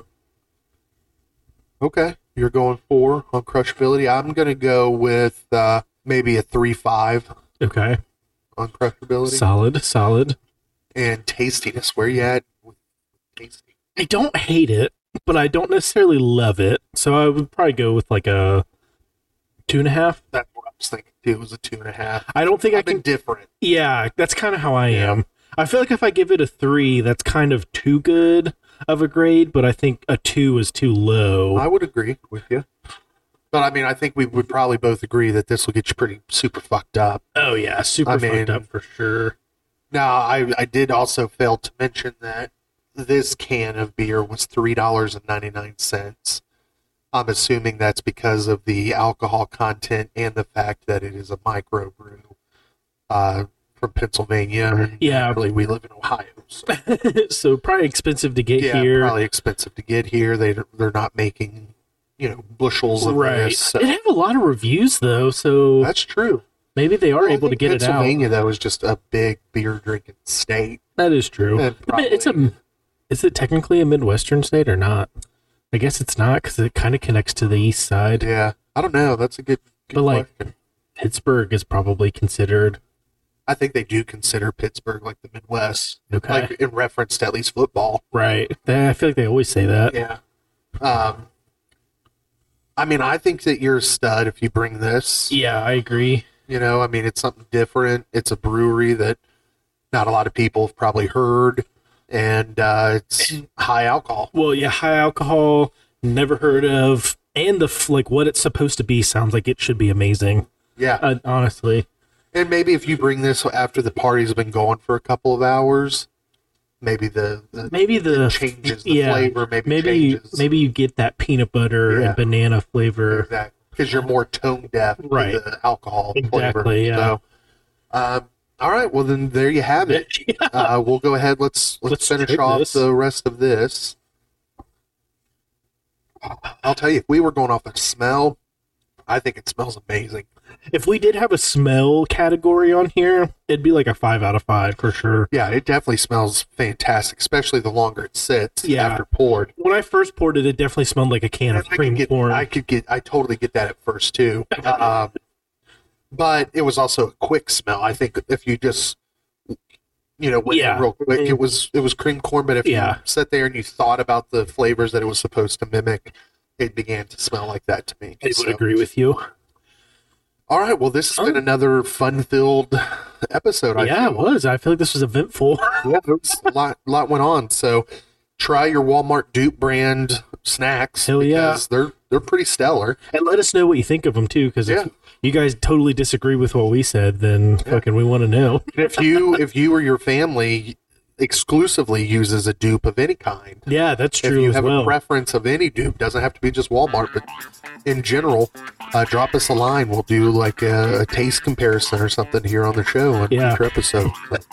A: Okay, you're going four on crushability. I'm gonna go with uh, maybe a three five.
B: Okay.
A: on crushability
B: Solid, solid.
A: and tastiness. Where you at with tasty?
B: I don't hate it, but I don't necessarily love it. So I would probably go with like a two and a half.
A: That's what I was thinking too. It was a two and a half.
B: I don't think I
A: I've
B: can
A: been different.
B: Yeah, that's kind of how I am. I feel like if I give it a three, that's kind of too good of a grade, but I think a two is too low.
A: I would agree with you. But I mean, I think we would probably both agree that this will get you pretty super fucked up.
B: oh yeah, super
A: I mean-
B: fucked up for sure.
A: Now, I, I did also fail to mention that this can of beer was three dollars and ninety nine cents. I'm assuming that's because of the alcohol content and the fact that it is a microbrew uh, from Pennsylvania. And
B: Yeah.
A: really, we live in Ohio, so
B: [laughs] so probably expensive to get
A: yeah,
B: here.
A: probably expensive to get here. They they're not making you know bushels of
B: right.
A: this. so-
B: It have a lot of reviews though, so
A: That's true.
B: maybe they are
A: Well, I
B: able to
A: think
B: get it out.
A: Pennsylvania, though, is just a big beer drinking state.
B: That is true.
A: And
B: I mean, it's
A: probably-
B: a is it technically a midwestern state or not? I guess it's not because it kind of connects to the east side.
A: yeah. I don't know. That's a good, good
B: But, like-
A: question.
B: Pittsburgh is probably considered
A: I think they do consider Pittsburgh like the Midwest,
B: okay,
A: like in reference to at least football.
B: right? They- I feel like they always say that.
A: Yeah. Um, I mean, I think that you're a stud if you bring this.
B: Yeah, I agree.
A: You know, I mean, it's something different. It's a brewery that not a lot of people have probably heard, and uh, it's high alcohol.
B: Well, yeah, high alcohol, never heard of, and the f- like what it's supposed to be sounds like it should be amazing.
A: Yeah.
B: Uh, honestly,
A: And maybe if you bring this after the party's been going for a couple of hours, maybe the, the
B: maybe the
A: changes the
B: yeah,
A: flavor. Maybe
B: maybe
A: changes.
B: maybe you get that peanut butter
A: Yeah.
B: and banana
A: [laughs]
B: flavor. [laughs]
A: because you're more tone deaf
B: Right.
A: to the alcohol flavor.
B: Exactly, yeah.
A: So, um, all right. Well, then there you
B: [laughs]
A: have it.
B: Yeah.
A: Uh, we'll go ahead. Let's let's,
B: Let's
A: finish
B: drink
A: off
B: this.
A: the rest of this. I'll tell you, if we were going off of smell, I think it smells amazing.
B: If we did have a smell category on here, it'd be like a five out of five for sure.
A: Yeah, it definitely smells fantastic, especially the longer it sits
B: Yeah.
A: after poured.
B: When I first poured it, it definitely smelled like a can of
A: I could
B: cream
A: get,
B: corn.
A: I could get, I totally get that at first too. um, but it was also a quick smell. I think if you just, you know, went in
B: Yeah.
A: real quick, it was it was cream corn. But if
B: Yeah.
A: you sat there and you thought about the flavors that it was supposed to mimic, it began to smell like that to me.
B: I would
A: So-
B: agree with you.
A: All right, well, this has been
B: Oh.
A: another fun-filled episode. I
B: yeah, it
A: feel.
B: was. I feel like this was eventful.
A: Yeah, there was a lot, lot went on. So try your Walmart dupe brand snacks
B: Hell yeah.
A: because they're they're pretty stellar.
B: And let us know what you think of them too, because
A: Yeah.
B: if you guys totally disagree with what we said, then fucking we want to know.
A: And if you if you or your family exclusively uses a dupe of any kind,
B: Yeah, that's
A: if
B: true
A: you
B: as
A: have
B: well.
A: a preference of any dupe, doesn't have to be just Walmart, but in general, uh, drop us a line. We'll do like a, a taste comparison or something here on the show on
B: Yeah.
A: future episode. But,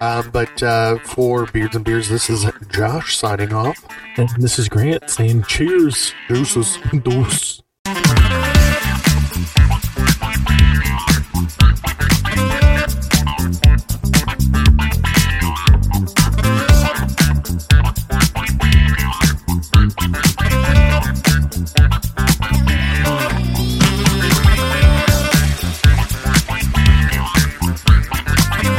A: um, but uh, for Beards and Beers, this is Josh signing off.
B: and this is Grant saying cheers.
A: Deuces.
B: Deuce.